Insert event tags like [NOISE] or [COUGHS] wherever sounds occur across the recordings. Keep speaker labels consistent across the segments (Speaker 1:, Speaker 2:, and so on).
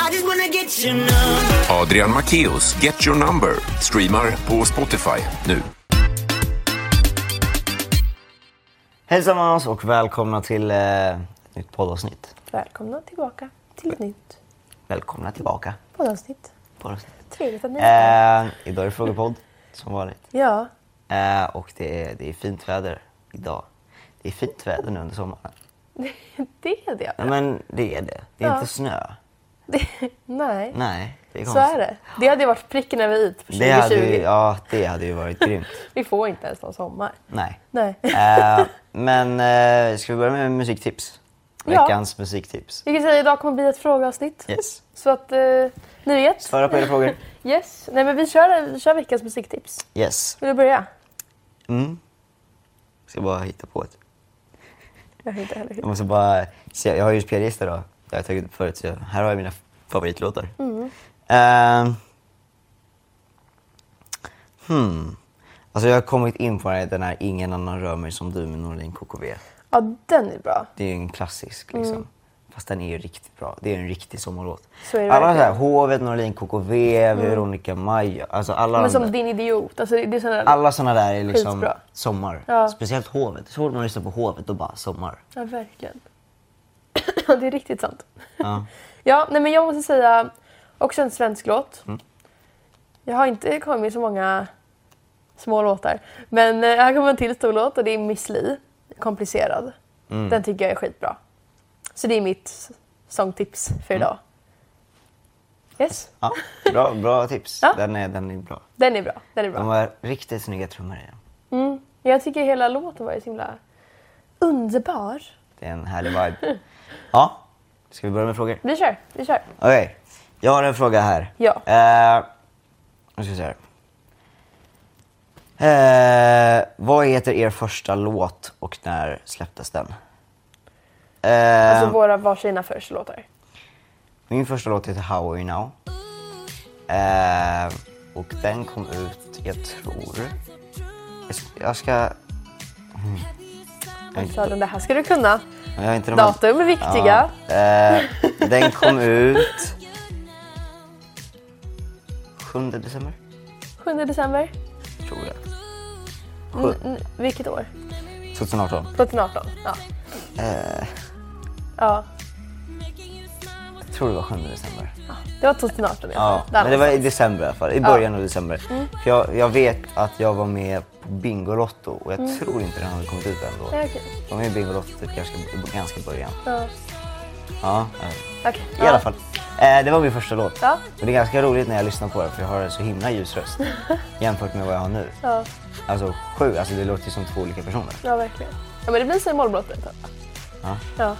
Speaker 1: Somebody's gonna get you now.
Speaker 2: Adrian Macchios Get Your Number streamar på Spotify nu.
Speaker 3: Hejsamans och välkomna till eh, ett nytt poddavsnitt.
Speaker 4: Välkomna tillbaka till ett nytt
Speaker 3: Välkomna tillbaka.
Speaker 4: poddavsnitt.
Speaker 3: Poddavsnitt.
Speaker 4: Trevligt att ni är här.
Speaker 3: Eh, idag är det frågepodd som vanligt.
Speaker 4: Ja, [LAUGHS]
Speaker 3: Eh, och det är, det är fint väder idag. Det är fint väder nu under sommaren.
Speaker 4: det är det.
Speaker 3: Nej, men det är det. Det är
Speaker 4: Ja.
Speaker 3: inte snö.
Speaker 4: Det- Nej,
Speaker 3: Nej, det är
Speaker 4: så
Speaker 3: konstigt.
Speaker 4: är det. Det hade ju varit pricken över i på 2020.
Speaker 3: Det hade, ju- ja, det hade ju varit grymt.
Speaker 4: Vi får inte ens någon sommar.
Speaker 3: Nej.
Speaker 4: Nej.
Speaker 3: Eh, men eh, ska vi börja med musiktips?
Speaker 4: Ja.
Speaker 3: Veckans musiktips.
Speaker 4: Vi kan säga att idag kommer bli ett frågeavsnitt.
Speaker 3: Yes.
Speaker 4: Så att eh, ni vet.
Speaker 3: Svara på era frågor.
Speaker 4: Yes. Nej men vi kör, vi kör veckans musiktips.
Speaker 3: Yes.
Speaker 4: Vill du börja?
Speaker 3: Mm. Ska bara hitta på ett.
Speaker 4: Jag har inte heller
Speaker 3: Jag måste bara se. Jag har ju en spellista då. Jag har tagit upp förut. Så jag- här har jag mina favoritlåtar.
Speaker 4: Mm.
Speaker 3: Ehm. hmm. Alltså jag har kommit in på den här Ingen annan rör mig som du med Norlin KKV.
Speaker 4: Ja, den är bra.
Speaker 3: Det är ju en klassisk
Speaker 4: Mm.
Speaker 3: liksom. Fast den är ju riktigt bra. Det är en riktig sommarlåt.
Speaker 4: Så är det
Speaker 3: alla så
Speaker 4: verkligen. Mm.
Speaker 3: här, Hovet, Norlin KKV, Veronica Maggio. Alltså alla,
Speaker 4: Men
Speaker 3: de
Speaker 4: som
Speaker 3: där-
Speaker 4: din idiot. Alltså, det det är sån där...
Speaker 3: alla såna där är liksom
Speaker 4: Skitbra.
Speaker 3: sommar.
Speaker 4: Ja.
Speaker 3: Speciellt Hovet. Så fort man lyssnar på Hovet då bara sommar.
Speaker 4: Ja, verkligen. [CLEARS THROAT] det är riktigt sant.
Speaker 3: Ja.
Speaker 4: [LAUGHS] Ja, nej men jag måste säga också en svensk låt.
Speaker 3: Mm.
Speaker 4: Jag har inte kommit med så många små låtar. Men eh, här kommer en till stor låt och det är Miss Li, Komplicerad.
Speaker 3: Mm.
Speaker 4: Den tycker jag är skitbra. Så det är mitt s- sångtips
Speaker 3: Mm.
Speaker 4: för idag. Yes,
Speaker 3: Ja, bra, bra tips.
Speaker 4: Ja.
Speaker 3: Den, är, den är bra.
Speaker 4: den är bra. Den är
Speaker 3: De
Speaker 4: bra.
Speaker 3: var riktigt snygga trummor i den.
Speaker 4: Jag tycker hela låten var ju så himla underbar.
Speaker 3: Det är en härlig vibe. Ja, ska vi börja med frågor?
Speaker 4: Vi kör, vi kör.
Speaker 3: Okej, jag har en fråga här.
Speaker 4: Ja.
Speaker 3: Eh, nu ska vi se här. Eh, vad heter er första låt och när släpptes den? Eh,
Speaker 4: Alltså våra varsina första låtar.
Speaker 3: Min första låt heter How Are You Now. Eh, och den kom ut, jag tror... Jag ska... Jag, ska, jag, har
Speaker 4: Så
Speaker 3: inte,
Speaker 4: den där här ska du kunna.
Speaker 3: jag har inte de här-
Speaker 4: Datum är viktiga.
Speaker 3: Ja, eh, den kom ut... 7 december,
Speaker 4: 7 december.
Speaker 3: tror jag.
Speaker 4: N- n- vilket år?
Speaker 3: 2018.
Speaker 4: 2018? Ja.
Speaker 3: Eh.
Speaker 4: Ja,
Speaker 3: Jag tror det var 7 december.
Speaker 4: det var 2018 i alla
Speaker 3: Ja,
Speaker 4: fall. Där
Speaker 3: men det var i
Speaker 4: någonstans. Mm.
Speaker 3: december i alla fall. I början av december. För jag, jag vet att jag var med på Bingolotto och jag tror inte den hade kommit ut än då.
Speaker 4: Nej, Mm. okej.
Speaker 3: Jag var med i Bingolotto typ ganska, i ganska början.
Speaker 4: Ja.
Speaker 3: Ja, eh,
Speaker 4: Okej.
Speaker 3: i
Speaker 4: Ja.
Speaker 3: alla fall. Eh, det var min första låt.
Speaker 4: Ja.
Speaker 3: Och det är ganska roligt när jag lyssnar på den för jag har en så himla ljus
Speaker 4: [LAUGHS]
Speaker 3: röst jämfört med vad jag har nu.
Speaker 4: Ja,
Speaker 3: Alltså sju, alltså det låter ju som två olika personer.
Speaker 4: ja, verkligen. Ja, men det blir så i målbrott ett tag.
Speaker 3: Ja.
Speaker 4: Ja.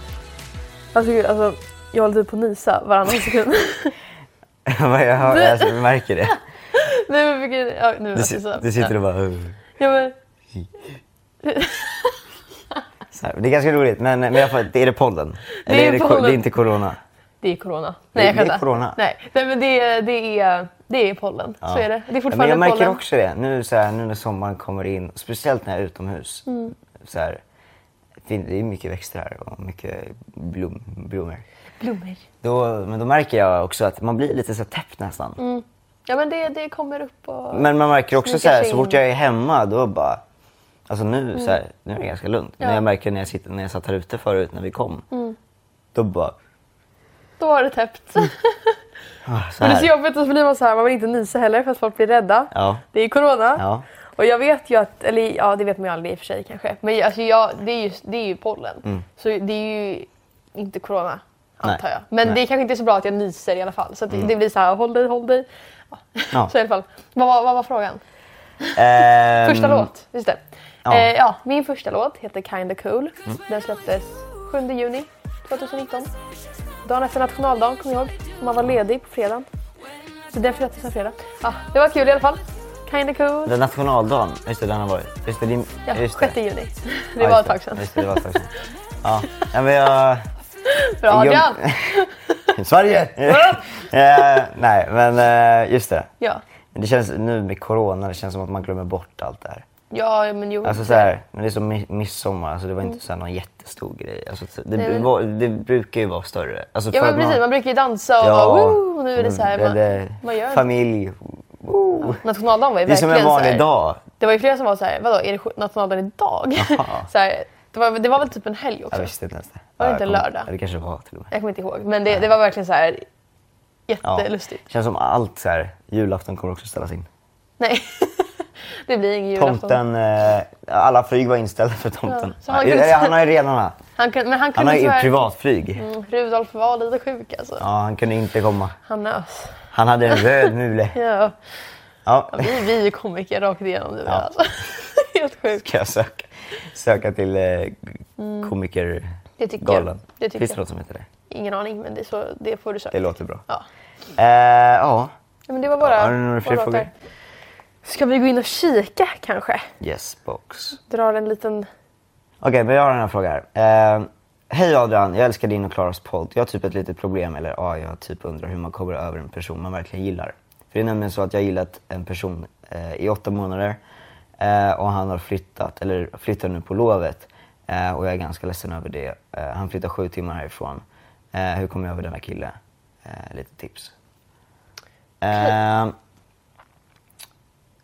Speaker 4: Alltså, gud, alltså, jag håller typ på att nysa varannan sekund.
Speaker 3: [LAUGHS] Vad jag, hör, alltså, jag märker
Speaker 4: [LAUGHS]
Speaker 3: det.
Speaker 4: Nej, men gud. Ja, nu,
Speaker 3: Det,
Speaker 4: alltså, så.
Speaker 3: si- det sitter
Speaker 4: ja.
Speaker 3: och bara... "Ugh."
Speaker 4: Ja, men,
Speaker 3: Så här, det är ganska roligt men, men i alla fall, det är det podden?
Speaker 4: är
Speaker 3: Eller ko-
Speaker 4: podden.
Speaker 3: det är inte corona?
Speaker 4: det är corona.
Speaker 3: Det-
Speaker 4: Nej, jag
Speaker 3: det är
Speaker 4: kan inte.
Speaker 3: corona.
Speaker 4: Nej, Nej men det, är- det, är, det är pollen. Så är det. Det är
Speaker 3: Ja, Men
Speaker 4: fortfarande
Speaker 3: jag märker
Speaker 4: pollen.
Speaker 3: också det. Nu, så här, nu när sommaren kommer in, speciellt när jag är utomhus.
Speaker 4: Mm.
Speaker 3: Så här, det det är mycket växter här och mycket blom, blommor.
Speaker 4: Blommor.
Speaker 3: Då, men då märker jag också att man blir lite så här täppt nästan.
Speaker 4: Mm. Ja, men det, det kommer upp och...
Speaker 3: Men man märker också
Speaker 4: Snickar
Speaker 3: så, här,
Speaker 4: sig
Speaker 3: så fort
Speaker 4: in. Mm.
Speaker 3: jag är hemma då bara... Alltså nu, så här, nu är det ganska lugnt. Men
Speaker 4: Ja. Mm.
Speaker 3: jag märker när jag, sitter, när jag satt här ute förut när vi kom. Då bara...
Speaker 4: Då har det täppt.
Speaker 3: ah, Så
Speaker 4: [LAUGHS] Men det är
Speaker 3: här.
Speaker 4: så jobbigt och så blir man så här, man vill inte nysa heller för att folk blir rädda.
Speaker 3: Ja.
Speaker 4: Det är corona.
Speaker 3: Ja.
Speaker 4: Och jag vet ju att, eller ja det vet man ju aldrig i och för sig kanske, men alltså jag, det, är ju, det är ju pollen. Så det är ju inte corona
Speaker 3: Mm. Nej.
Speaker 4: antar jag. Men
Speaker 3: Nej. Mm.
Speaker 4: det är kanske inte är så bra att jag nyser i alla fall. Så att det blir så här, håll dig, håll dig.
Speaker 3: Ja.
Speaker 4: Så i alla fall. Vad, var- vad var frågan?
Speaker 3: Ehm,
Speaker 4: Första låt, just det.
Speaker 3: ja.
Speaker 4: Ja. Eh, ja, min första låt heter Kinda Cool. Den släpptes 7 juni 2019. Dagen efter nationaldagen, kommer jag ihåg. Man var ledig på fredagen. Så den släpptes en fredag. Ja, det var kul i alla fall. Kinda Cool.
Speaker 3: Den nationaldagen, just det den har varit. Just det, det,
Speaker 4: Ja,
Speaker 3: just
Speaker 4: 6 juni. Det
Speaker 3: Ja,
Speaker 4: var ett
Speaker 3: just
Speaker 4: tag sedan.
Speaker 3: Just det, det var ett tag sedan. Ja, ja men jag... [LAUGHS]
Speaker 4: Bra Adrian!
Speaker 3: jag-
Speaker 4: [LAUGHS]
Speaker 3: Sverige! Eh, nej, men eh, just det.
Speaker 4: Ja, Mm.
Speaker 3: Men Det känns nu med corona, det känns som att man glömmer bort allt det här.
Speaker 4: Ja, men jo.
Speaker 3: Alltså så här, men det är som mi- midsommar, alltså det var inte så här någon jättestor grej. Alltså, så- det,
Speaker 4: Mm. Nej, men-
Speaker 3: var, det brukar ju vara större. Alltså,
Speaker 4: ja,
Speaker 3: för
Speaker 4: men
Speaker 3: att
Speaker 4: precis. Man brukar ju dansa och bara, "Woo!" nu är det så här.
Speaker 3: mm,
Speaker 4: Man,
Speaker 3: eller
Speaker 4: man gör
Speaker 3: Familj. Woo.
Speaker 4: Nationaldagen var ju
Speaker 3: Det är som
Speaker 4: verkligen
Speaker 3: en
Speaker 4: så här,
Speaker 3: vanlig dag.
Speaker 4: Det var ju flera som var så här, vadå, är det sj- nationaldagen idag?
Speaker 3: Jaha.
Speaker 4: [LAUGHS] så här, det, var, det var väl typ en helg också?
Speaker 3: Jag
Speaker 4: Jag,
Speaker 3: visste inte ens det.
Speaker 4: Var det
Speaker 3: Ja,
Speaker 4: inte
Speaker 3: jag
Speaker 4: en
Speaker 3: kommer-
Speaker 4: lördag?
Speaker 3: ja, Det kanske var till och med.
Speaker 4: kommer inte ihåg. Men det, det var verkligen så här jättelustigt.
Speaker 3: Känns som allt så här, julafton kommer också ställas in.
Speaker 4: Nej, [LAUGHS] det blir ingen julafton.
Speaker 3: Tomten, eh, alla flyg var inställda för tomten.
Speaker 4: Ja, så han
Speaker 3: Ja,
Speaker 4: kunde-
Speaker 3: han har ju redan
Speaker 4: Han kunde, men han
Speaker 3: Han
Speaker 4: kunde
Speaker 3: har ju
Speaker 4: tyvärr-
Speaker 3: privatflyg.
Speaker 4: Mm, Rudolf var lite sjuk alltså.
Speaker 3: Ja, han kunde inte komma.
Speaker 4: Han nös.
Speaker 3: Han hade en röd mule.
Speaker 4: Ja.
Speaker 3: Ja,
Speaker 4: Vi, vi är ju komiker rakt igenom nu
Speaker 3: Ja.
Speaker 4: alltså. [LAUGHS] Helt
Speaker 3: [LAUGHS]
Speaker 4: sjukt.
Speaker 3: ska jag söka, söka till eh, komiker...
Speaker 4: Mm. Det tycker
Speaker 3: galan.
Speaker 4: jag. Det tycker
Speaker 3: Finns det
Speaker 4: jag.
Speaker 3: något som heter det?
Speaker 4: Ingen aning men det, är så, det får du söka.
Speaker 3: Det låter bra.
Speaker 4: Ja.
Speaker 3: Eh, ja,
Speaker 4: Ja, Men det var bara
Speaker 3: har du några fler
Speaker 4: våra
Speaker 3: frågor?
Speaker 4: låtar. Ska vi gå in och kika kanske?
Speaker 3: yes box.
Speaker 4: Drar en liten...
Speaker 3: Okej, men jag har en här fråga här. Eh, Hej Adrian, jag älskar din och Klaras podd. Jag har typ ett litet problem, eller ja, jag typ undrar hur man kommer över en person man verkligen gillar. För det är nämligen så att jag har gillat en person eh, i åtta månader eh, och han har flyttat, eller flyttar nu på lovet. Eh, och jag är ganska ledsen över det. Eh, han flyttar sju timmar härifrån. Eh, hur kommer jag över denna kille? Eh, lite tips. Eh,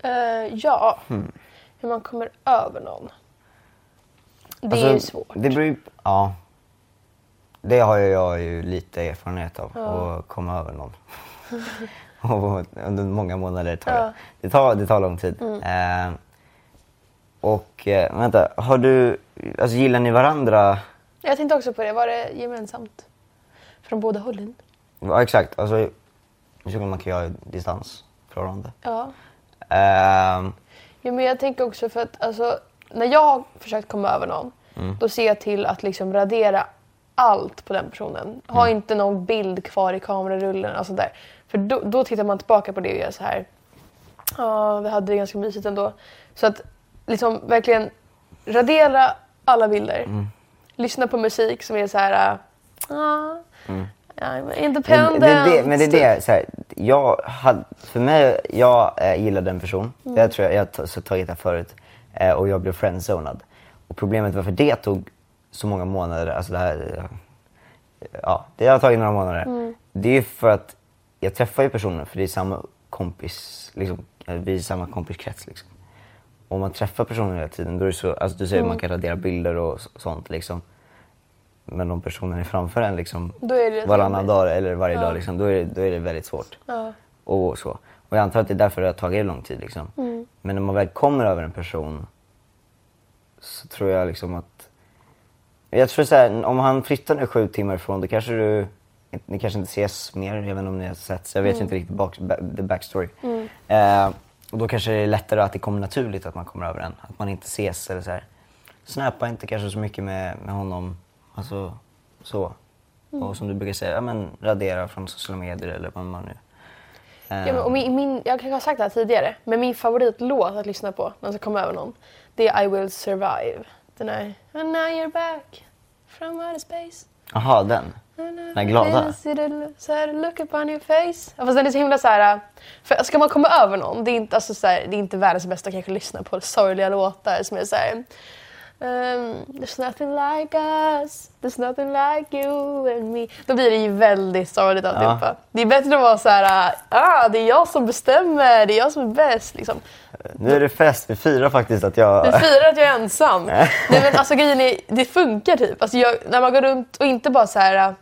Speaker 4: eh, ja.
Speaker 3: Hmm.
Speaker 4: Hur man kommer över någon. Det är ju
Speaker 3: Alltså,
Speaker 4: svårt.
Speaker 3: Det beror ju, ja. Det har ju jag ju lite erfarenhet av, att komma över någon. [LAUGHS] och under många månader tar
Speaker 4: Ja. Mm.
Speaker 3: det. Det tar, det tar lång tid. Eh, och eh, vänta, har du, alltså gillar ni varandra?
Speaker 4: Jag tänkte också på det. Var det gemensamt? Från båda hållen?
Speaker 3: Ja exakt, alltså jag tror man kan göra distansförhållande.
Speaker 4: Ja.
Speaker 3: Eh,
Speaker 4: Jo, men jag tänker också för att alltså, när jag har försökt komma över någon
Speaker 3: Mm.
Speaker 4: då ser jag till att liksom radera allt på den personen. Ha
Speaker 3: Mm.
Speaker 4: inte någon bild kvar i kamerarullen och sånt där. För då, då tittar man tillbaka på det och gör så här. Ja, vi hade det ganska mysigt ändå. Så att liksom verkligen radera alla bilder.
Speaker 3: Mm.
Speaker 4: Lyssna på musik som är så här. Ah, I'm
Speaker 3: Mm. Men
Speaker 4: independent.
Speaker 3: det, är det, men det är det, så här, jag hade, för mig, jag eh, gillade en person, jag tror jag, jag har t- tagit det här förut, eh, och jag blev friendzonad. Och problemet varför det tog så många månader, alltså det här, eh, ja, det har tagit några månader. Det är ju för att jag träffar ju personer för det är samma kompis, liksom, eh, vi är i samma kompiskrets liksom. Om man träffar personer hela tiden, då är det så, alltså du säger man kan
Speaker 4: Mm.
Speaker 3: radera bilder och s- sånt liksom. Men de personerna är framför en liksom
Speaker 4: Då är det
Speaker 3: varannan
Speaker 4: jobbigt.
Speaker 3: dag eller varje dag, liksom, då, är det, då är det väldigt svårt.
Speaker 4: Ja.
Speaker 3: Och, så. och jag antar att det är därför det har tagit lång tid. Liksom.
Speaker 4: Mm.
Speaker 3: Men när man väl kommer över en person så tror jag liksom att... Jag tror så här, om han flyttar nu sju timmar ifrån, då kanske du... Ni kanske inte ses mer, även om ni har setts. Jag vet
Speaker 4: Mm.
Speaker 3: ju inte riktigt bak, ba- the backstory. Eh, och då kanske det är lättare att det kommer naturligt att man kommer över en. Att man inte ses eller så här. Snappa inte kanske så mycket med, med honom. Alltså, så.
Speaker 4: Mm.
Speaker 3: Och som du brukar säga, ja, men radera från sociala medier eller vad man nu... Eh,
Speaker 4: Ja, men, och min, min, jag kanske har sagt det här tidigare, men min favoritlåt att lyssna på när man ska komma över någon, det är I will survive. Den är And now you're back from outer space.
Speaker 3: Aha, den. Den här glada.
Speaker 4: See the- Så här, look upon your face. Ja, fast den är så himla så här... äh, För ska man komma över någon, det är inte, alltså, så här, det är inte världens bästa att kanske lyssna på sorgliga låtar som är så här... ehm, there's nothing like us, there's nothing like you and me. Då blir det ju väldigt sorgligt alltihopa. Det är bättre att vara så här, ah, det är jag som bestämmer, det är jag som är bäst. Liksom.
Speaker 3: Nu är det fest, vi firar faktiskt att jag...
Speaker 4: Du firar att jag är ensam. Nej men alltså grejen är, det funkar typ. Alltså, jag, när man går runt och inte bara så här,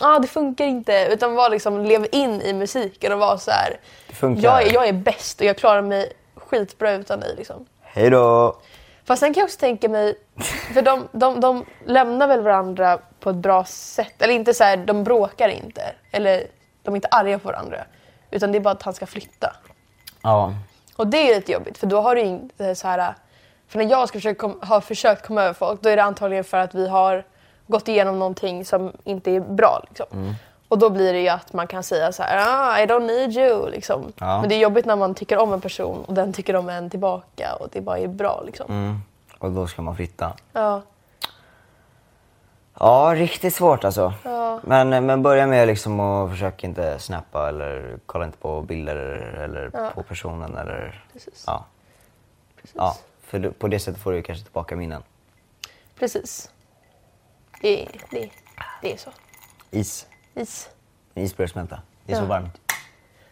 Speaker 4: ah, det funkar inte. Utan var liksom, lev in i musiken och var så här,
Speaker 3: Det funkar.
Speaker 4: jag är, jag är bäst och jag klarar mig skitbra utan dig liksom.
Speaker 3: Hej då!
Speaker 4: Fast sen kan jag också tänka mig, för de, de, de lämnar väl varandra på ett bra sätt. Eller inte så här, de bråkar inte. Eller de är inte arga på varandra. Utan det är bara att han ska flytta.
Speaker 3: Ja,
Speaker 4: Och det är lite jobbigt för då har du inte så här... För när jag ska försöka kom, har försökt komma över folk då är det antagligen för att vi har gått igenom någonting som inte är bra. Liksom. Och då blir det ju att man kan säga så här, ah, I don't need you. Liksom.
Speaker 3: Ja.
Speaker 4: Men det är jobbigt när man tycker om en person och den tycker om en tillbaka och det bara är bra. Liksom.
Speaker 3: och då ska man flytta.
Speaker 4: Ja.
Speaker 3: Ja, riktigt svårt alltså.
Speaker 4: Ja.
Speaker 3: Men, men börja med liksom att försöka inte snappa eller kolla inte på bilder eller på personen eller...
Speaker 4: Precis.
Speaker 3: Ja.
Speaker 4: Precis.
Speaker 3: ja. För du, på det sättet får du kanske tillbaka minnen.
Speaker 4: Precis. Det, det, det är så.
Speaker 3: Is.
Speaker 4: Is.
Speaker 3: Is börjar smälta. Det är så
Speaker 4: Ja.
Speaker 3: varmt.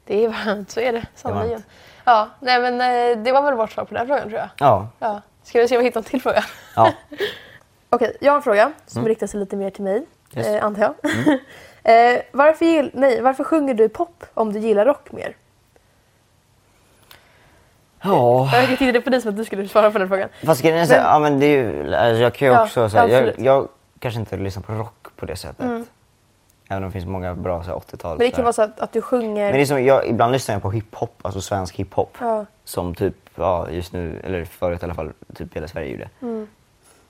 Speaker 4: Det är varmt, så är det. Sannerligen.
Speaker 3: varmt.
Speaker 4: Ja, nej men eh, det var väl vårt svar på den frågan tror jag.
Speaker 3: Ja.
Speaker 4: Ja. Ska vi se om vi hittar en till fråga?
Speaker 3: Ja.
Speaker 4: [LAUGHS]
Speaker 3: Mm.
Speaker 4: Okej, jag har en fråga som riktar sig lite mer till mig,
Speaker 3: Yes. Mm.
Speaker 4: eh, antar jag. [LAUGHS] eh, varför, gill, nej, varför sjunger du pop om du gillar rock mer?
Speaker 3: ja.
Speaker 4: Jag tittade på dig som att du skulle svara på den frågan.
Speaker 3: Fast grejen är så här,
Speaker 4: Men-
Speaker 3: ja men det är ju, alltså jag kan ju
Speaker 4: Ja,
Speaker 3: också så här, jag,
Speaker 4: absolut. Mm.
Speaker 3: jag kanske inte lyssnar på rock på det sättet. Även om det finns många bra så här, 80-tal.
Speaker 4: Men det kan
Speaker 3: så här.
Speaker 4: ju vara så att, att du sjunger...
Speaker 3: men det är som, jag, ibland lyssnar jag på hiphop, alltså svensk hiphop.
Speaker 4: Ja.
Speaker 3: Som typ, ja just nu, eller förut i alla fall, typ hela Sverige gjorde.
Speaker 4: Mm.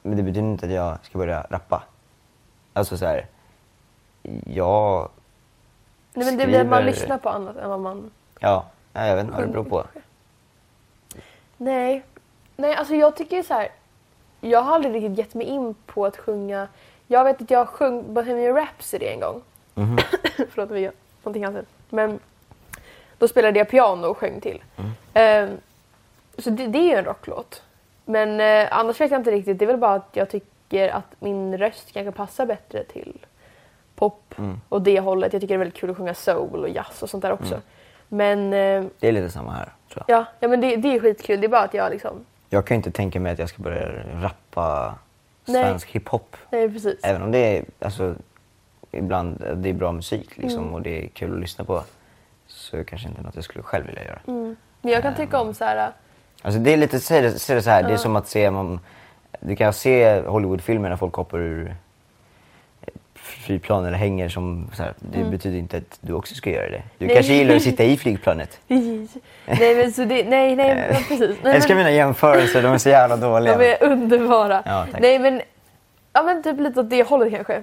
Speaker 3: Men det betyder inte att jag ska börja rappa. Alltså så här, jag,
Speaker 4: nej, men det blir att man
Speaker 3: skriver-
Speaker 4: lyssnar på annat än vad man...
Speaker 3: ja, nej, jag vet inte vad det beror på.
Speaker 4: Nej. Nej, alltså jag tycker ju så här. Jag har aldrig riktigt gett mig in på att sjunga. Jag vet att jag sjöng Bohemian Rhapsody en gång. [COUGHS] Förlåt om vi gör någonting annat. Men då spelade jag piano och sjöng till. Ehm, så det, det är ju en rocklåt. Men eh, annars vet jag inte riktigt. Det är väl bara att jag tycker att min röst kanske passar bättre till pop och det hållet. Jag tycker det är väldigt kul att sjunga soul och jazz och sånt där också. Men eh,
Speaker 3: Det är lite samma här tror jag.
Speaker 4: Ja, ja men det, det är skitkul. Det är bara att jag liksom...
Speaker 3: Jag kan ju inte tänka mig att jag ska börja rappa
Speaker 4: Nej.
Speaker 3: svensk hiphop.
Speaker 4: Nej, precis.
Speaker 3: Även om det är, alltså, ibland, det är bra musik liksom,
Speaker 4: Mm.
Speaker 3: och det är kul att lyssna på så kanske inte något jag skulle själv vilja
Speaker 4: Mm.
Speaker 3: göra.
Speaker 4: Men jag kan tycka om så här...
Speaker 3: Alltså, det är lite se det, se det så här, det är som att se, man, du kan se Hollywoodfilmer när folk hoppar ur flygplan eller hänger som så här, det betyder inte att du också ska göra det. Du
Speaker 4: Mm. Nej.
Speaker 3: kanske gillar att
Speaker 4: [LAUGHS]
Speaker 3: sitta i flygplanet.
Speaker 4: äh,
Speaker 3: [LAUGHS]
Speaker 4: nej, men så det... Nej, nej, men precis.
Speaker 3: Jag
Speaker 4: Nej,
Speaker 3: älskar
Speaker 4: men,
Speaker 3: mina jämförelser, de är så jävla dåliga.
Speaker 4: de är underbara.
Speaker 3: Ja, tack.
Speaker 4: nej, men... Ja, men typ lite åt det hållet kanske.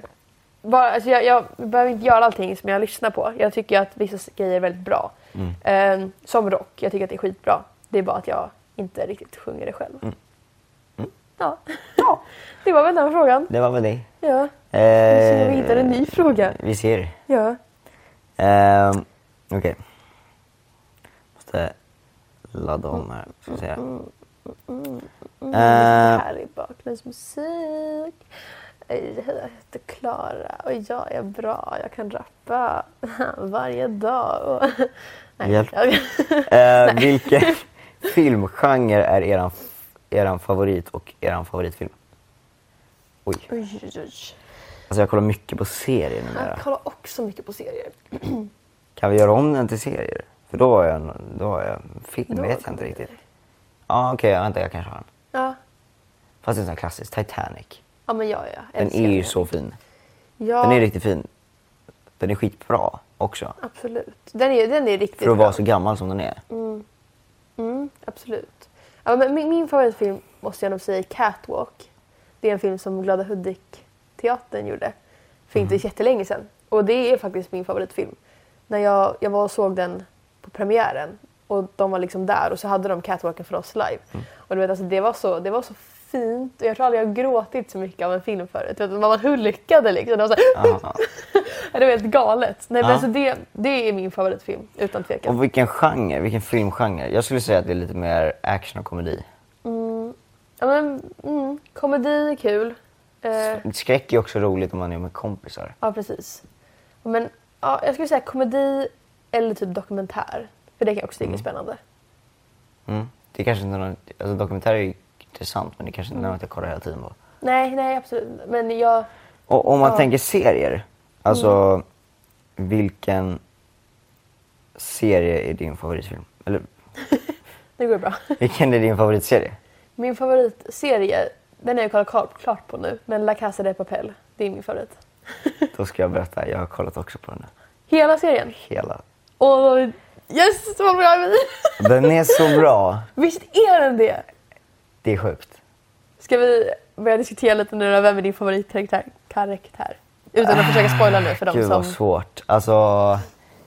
Speaker 4: Bara, alltså jag, jag behöver inte göra allting som jag lyssnar på. Jag tycker att vissa grejer är väldigt bra.
Speaker 3: Mm.
Speaker 4: Ehm, som rock. Jag tycker att det är skitbra. Det är bara att jag inte riktigt sjunger det själv.
Speaker 3: Mm.
Speaker 4: Ja. ja. [LAUGHS] Det var väl den frågan.
Speaker 3: Det var väl det.
Speaker 4: Ja.
Speaker 3: Eh,
Speaker 4: Så vi hittar en ny fråga.
Speaker 3: Vi ser.
Speaker 4: Ja.
Speaker 3: Ehm, Okej. Måste ladda om här. Ska se.
Speaker 4: Mm,
Speaker 3: Ehm,
Speaker 4: Här i bakgrundsmusik. Hej, jag heter Klara och jag är bra. Jag kan rappa [LAUGHS] varje dag. Och... [LAUGHS] Nej.
Speaker 3: Hjälp.
Speaker 4: jag- [LAUGHS]
Speaker 3: eh, vilken filmgenre är eran, eran favorit och eran favoritfilm? Oj.
Speaker 4: Oj, oj, oj.
Speaker 3: Alltså jag kollar mycket på serier
Speaker 4: Jag
Speaker 3: numera.
Speaker 4: kollar också mycket på serier.
Speaker 3: Kan vi göra om den till serier? För då har jag, en- då har jag en film,
Speaker 4: Då
Speaker 3: vet jag
Speaker 4: kommer
Speaker 3: inte
Speaker 4: det.
Speaker 3: riktigt. Ja okej, vänta jag kanske har den.
Speaker 4: Ja,
Speaker 3: Fast det är en sån här klassisk, Titanic.
Speaker 4: ja men ja, ja. jag
Speaker 3: Den
Speaker 4: älskar
Speaker 3: är ju
Speaker 4: det.
Speaker 3: så fin.
Speaker 4: Ja,
Speaker 3: Den är riktigt fin. Den är skitbra också.
Speaker 4: absolut. Den är, den är riktigt
Speaker 3: För att
Speaker 4: bra.
Speaker 3: vara så gammal som den är.
Speaker 4: Mm, absolut. Ja, men min, min favoritfilm måste jag nog säga är Catwalk. Det är en film som Glada Hudik-teatern gjorde för inte jättelänge sedan. Och det är faktiskt min favoritfilm. När jag, jag var och såg den på premiären och de var liksom där och så hade de catwalken för oss live. Och du vet, alltså, det, var så, det var så fint och jag tror aldrig jag har gråtit så mycket av en film förut. Du vet, man var hulkade liksom. Det var så [LAUGHS]
Speaker 3: Ja.
Speaker 4: här, det var helt galet. Nej, men
Speaker 3: Ja.
Speaker 4: alltså, det, det är min favoritfilm utan tvekan.
Speaker 3: Och vilken genre, vilken filmgenre? Jag skulle säga att det är lite mer action och komedi.
Speaker 4: Ja, men, mm, komedi är kul. Eh,
Speaker 3: Skräck är också roligt om man är med kompisar.
Speaker 4: ja, precis. Men ja, jag skulle säga komedi eller typ dokumentär. För det kan jag också tycka är spännande.
Speaker 3: Mm. Det är kanske inte någon, alltså dokumentärer är ju intressant men det kanske
Speaker 4: Mm.
Speaker 3: inte är något jag kollar hela tiden på.
Speaker 4: Nej, nej absolut. Men jag...
Speaker 3: Och om man
Speaker 4: Ja. Mm.
Speaker 3: tänker serier, alltså vilken serie är din favoritfilm? Eller
Speaker 4: Nu går det bra. [LAUGHS]
Speaker 3: vilken är din favoritserie?
Speaker 4: Min favoritserie, den har jag kollat klart- klart på nu. Men La Casa de Papel, det är min favorit. [LAUGHS]
Speaker 3: Då ska jag berätta, jag har kollat också på den här.
Speaker 4: Hela serien.
Speaker 3: Hela.
Speaker 4: Och yes, vad bra vi
Speaker 3: [LAUGHS] Den är så bra,
Speaker 4: Visst är den det?
Speaker 3: det är sjukt.
Speaker 4: Ska vi börja diskutera lite nu då, vem är din favoritkaraktär? Karaktär. Utan att försöka spoila nu för dem
Speaker 3: Ah, Gud
Speaker 4: som...
Speaker 3: vad svårt. Alltså,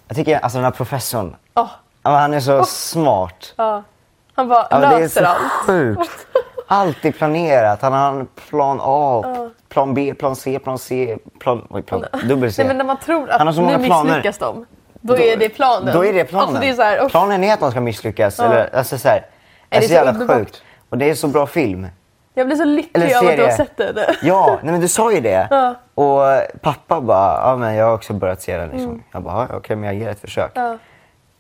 Speaker 3: jag tycker alltså den här professorn,
Speaker 4: Åh,
Speaker 3: ja, men han är så smart.
Speaker 4: ja. Han bara
Speaker 3: Ja, men det är
Speaker 4: löser
Speaker 3: så
Speaker 4: allt.
Speaker 3: sjukt. Allt är planerat. Han har en plan A, plan B, plan C, plan C, plan... Oj, plan dubbel C.
Speaker 4: Nej, men när man tror att
Speaker 3: Han har så många
Speaker 4: nu
Speaker 3: planer.
Speaker 4: misslyckas de, då, är det planen.
Speaker 3: Då är det planen.
Speaker 4: Alltså, det är så här, usch.
Speaker 3: Planen är att de ska misslyckas. Eller, alltså, så här,
Speaker 4: det
Speaker 3: det är
Speaker 4: är
Speaker 3: så
Speaker 4: så
Speaker 3: jävla
Speaker 4: underbart.
Speaker 3: sjukt. Och det är så bra film.
Speaker 4: Jag blir så lycklig
Speaker 3: Eller
Speaker 4: av att du har
Speaker 3: serie.
Speaker 4: sett den.
Speaker 3: Ja, nej men du sa ju det.
Speaker 4: Ja.
Speaker 3: Och pappa bara, ja men jag har också börjat se den liksom. Jag bara, ja, okej men jag ger ett försök.
Speaker 4: Mm. Ja.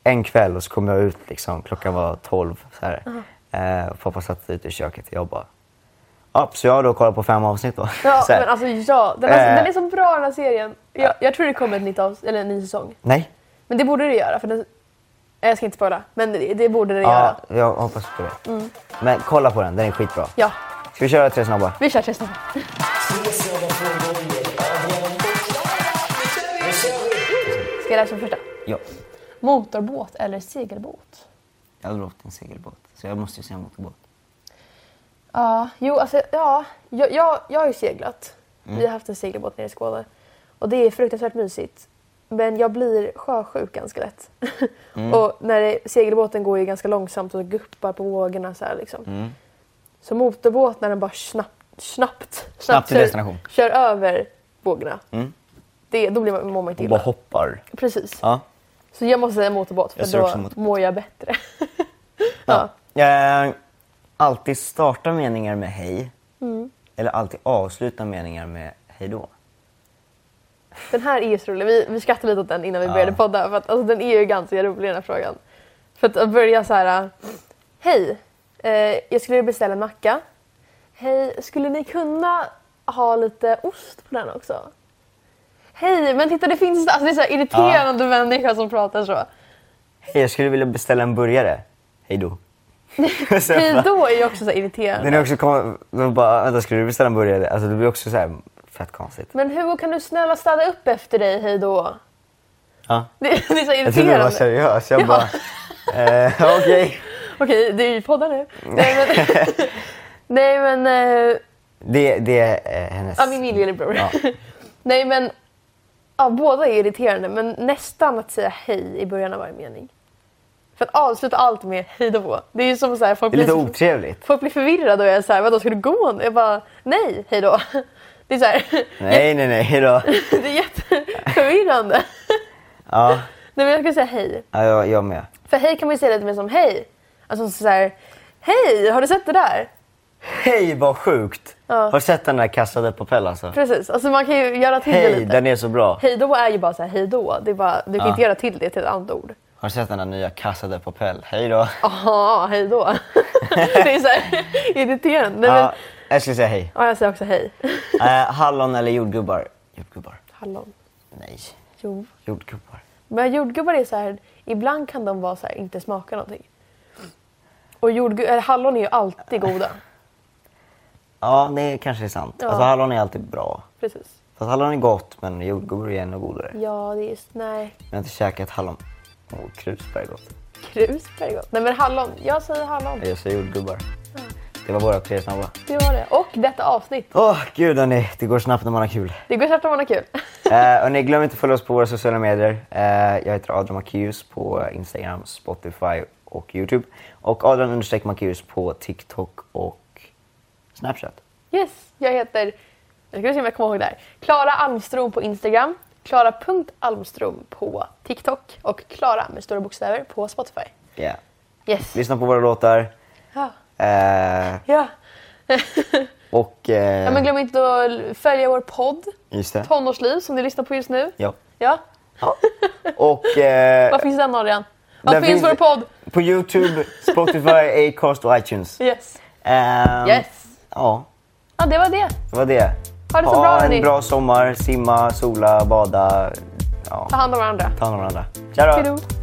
Speaker 3: En kväll och så kom jag ut liksom, klockan var 12 så här. Eh, och pappa satt ute i köket och jag bara, ja så jag har då kollat på fem avsnitt då.
Speaker 4: [LAUGHS] Ja,
Speaker 3: [LAUGHS] Så här,
Speaker 4: men alltså ja. Den, är,
Speaker 3: Eh.
Speaker 4: den är så bra den här serien. Jag, jag tror det kommer ett nytt avs- eller en ny säsong.
Speaker 3: Nej,
Speaker 4: Men det borde det göra. För den, eh, jag ska inte spoila, men det, det borde det
Speaker 3: ja,
Speaker 4: göra.
Speaker 3: jag hoppas på det. Men kolla på den, den är skitbra.
Speaker 4: Mm. Ja,
Speaker 3: Ska vi köra tre snabba?
Speaker 4: vi kör tre snabba. Ska jag läsa den första?
Speaker 3: Ja.
Speaker 4: Motorbåt eller segelbåt?
Speaker 3: Jag har åkt en segelbåt, så jag måste ju säga motorbåt.
Speaker 4: Ja, jo alltså ja. Jag, jag, jag har ju seglat.
Speaker 3: Mm.
Speaker 4: Vi har haft en segelbåt nere i Skåne. Och det är fruktansvärt mysigt. Men jag blir sjösjuk ganska lätt. [LAUGHS]
Speaker 3: Mm.
Speaker 4: och när det, segelbåten går ju ganska långsamt och guppar på vågorna så här liksom.
Speaker 3: Mm.
Speaker 4: Så motorbåt när den bara snabbt, snabbt, snabbt
Speaker 3: till destination.
Speaker 4: kör över vågorna. Det, då blir man, mår man inte
Speaker 3: Och
Speaker 4: illa.
Speaker 3: bara hoppar.
Speaker 4: Precis.
Speaker 3: Ja.
Speaker 4: Så jag måste säga motorbåt för
Speaker 3: Jag ser
Speaker 4: då
Speaker 3: också motorbåt.
Speaker 4: mår jag bättre. [LAUGHS]
Speaker 3: Ja.
Speaker 4: ja.
Speaker 3: Eh, alltid starta meningar med hej.
Speaker 4: Mm.
Speaker 3: Eller alltid avsluta meningar med hej då.
Speaker 4: Den här är ju så rolig. Vi, vi skrattade lite åt den innan vi började podda. För att, alltså, den är ju ganska rolig den här frågan. För att, att börja så här. äh, Hej, eh, jag skulle beställa en macka. Hej, skulle ni kunna ha lite ost på den också? Hej, men titta det finns... Alltså, det är så här irriterande människa som pratar så.
Speaker 3: Hej, jag skulle vilja beställa en burgare. Hej
Speaker 4: [LAUGHS]
Speaker 3: då. Sen
Speaker 4: Hej
Speaker 3: bara-
Speaker 4: då är ju också så här irriterande.
Speaker 3: Den är också kom, då bara, vänta, skulle du beställa en burgare? Alltså det blir också så här fett konstigt.
Speaker 4: Men Hugo kan du snälla städa upp efter dig, hej då? [LAUGHS]
Speaker 3: Ja.
Speaker 4: Det, det är så här
Speaker 3: Jag trodde du var
Speaker 4: irriterande.
Speaker 3: seriös. Jag
Speaker 4: Ja.
Speaker 3: bara, eh, [LAUGHS] okej.
Speaker 4: Okej, det är ju podden nu. Nej men... [LAUGHS] Nej, men eh,
Speaker 3: Det, det är eh, hennes...
Speaker 4: Ja, min lillebror.
Speaker 3: Ja.
Speaker 4: [LAUGHS] Nej, men ja, båda är irriterande, men nästan att säga hej i början av varje mening. För att avsluta allt med hej då. Det är ju som så här, folk,
Speaker 3: Det är
Speaker 4: [LAUGHS]
Speaker 3: lite
Speaker 4: blir,
Speaker 3: otrevligt.
Speaker 4: folk blir förvirrade och jag är så här, vadå ska du gå nu? Jag bara, nej, hej då. [LAUGHS] Det är så här, [LAUGHS]
Speaker 3: Nej, nej, nej. Hej då.
Speaker 4: det är jätteförvirrande.
Speaker 3: [LAUGHS] Ja,
Speaker 4: Nej, men jag skulle säga hej.
Speaker 3: ja jag, jag med.
Speaker 4: För hej kan man ju säga lite mer som hej. Alltså så här, hej, har du sett det där?
Speaker 3: Hej, vad sjukt! Har du sett den där Casa på Papel alltså?
Speaker 4: Precis, alltså man kan ju göra till det
Speaker 3: Hej,
Speaker 4: lite.
Speaker 3: den är så bra.
Speaker 4: Hej då är ju bara så här, hej då. Det är bara, du kan inte göra till det till ett annat ord.
Speaker 3: Har du sett den där nya Casa de Papel? Hej då.
Speaker 4: Jaha, hej då. det är så här irriterande. Nej, men,
Speaker 3: Ja, jag skulle säga hej.
Speaker 4: ja, jag säger också hej.
Speaker 3: Eh, hallon eller jordgubbar? Jordgubbar?
Speaker 4: Hallon.
Speaker 3: Nej,
Speaker 4: Jo.
Speaker 3: jordgubbar.
Speaker 4: Men jordgubbar är så här, ibland kan de vara så här, inte smaka någonting. Och jordgu- eller, hallon är ju alltid goda.
Speaker 3: Ja, det kanske är sant.
Speaker 4: Ja.
Speaker 3: Alltså hallon är alltid bra.
Speaker 4: Precis.
Speaker 3: Fast hallon är gott, men jordgubbar är ännu godare.
Speaker 4: Ja, det är just, nej.
Speaker 3: Jag har inte käkat hallon. Åh, krusbär är gott.
Speaker 4: Krusbär är gott. Nej men hallon, jag säger hallon.
Speaker 3: Jag säger jordgubbar. Det var våra tre snabba.
Speaker 4: Det var det. Och detta avsnitt.
Speaker 3: Åh, gud hörni, det går snabbt när man har kul.
Speaker 4: Det går snabbt om man har kul.
Speaker 3: Eh, och ni glöm inte att följa oss på våra sociala medier. Eh, jag heter Adrian Makius på Instagram, Spotify och Youtube. Och Adrian understreck Makius på TikTok och Snapchat.
Speaker 4: Yes, jag heter, jag ska se om jag kommer ihåg det här. Klara Almstrom på Instagram, klara.almstrom på TikTok och Klara med stora bokstäver på Spotify.
Speaker 3: Yeah.
Speaker 4: Yes.
Speaker 3: Lyssna på våra låtar.
Speaker 4: Ja.
Speaker 3: Eh,
Speaker 4: Ja. [LAUGHS]
Speaker 3: och... Eh,
Speaker 4: ja, men glöm inte att följa vår podd
Speaker 3: just det.
Speaker 4: Tonårsliv som ni lyssnar på just nu.
Speaker 3: Ja.
Speaker 4: Ja.
Speaker 3: ja. Och... Eh,
Speaker 4: Var finns den Adrian? Var
Speaker 3: där
Speaker 4: finns vår podd?
Speaker 3: På Youtube,
Speaker 4: [LAUGHS]
Speaker 3: Spotify, Acast och iTunes.
Speaker 4: Yes.
Speaker 3: Ehm,
Speaker 4: Yes.
Speaker 3: Ja,
Speaker 4: Ja, det var det.
Speaker 3: det var det.
Speaker 4: Ha det så bra,
Speaker 3: en
Speaker 4: hörni.
Speaker 3: bra sommar. Simma, sola, bada. Ja,
Speaker 4: Ta hand om varandra.
Speaker 3: ta hand om varandra. Tja då.
Speaker 4: Hejdå.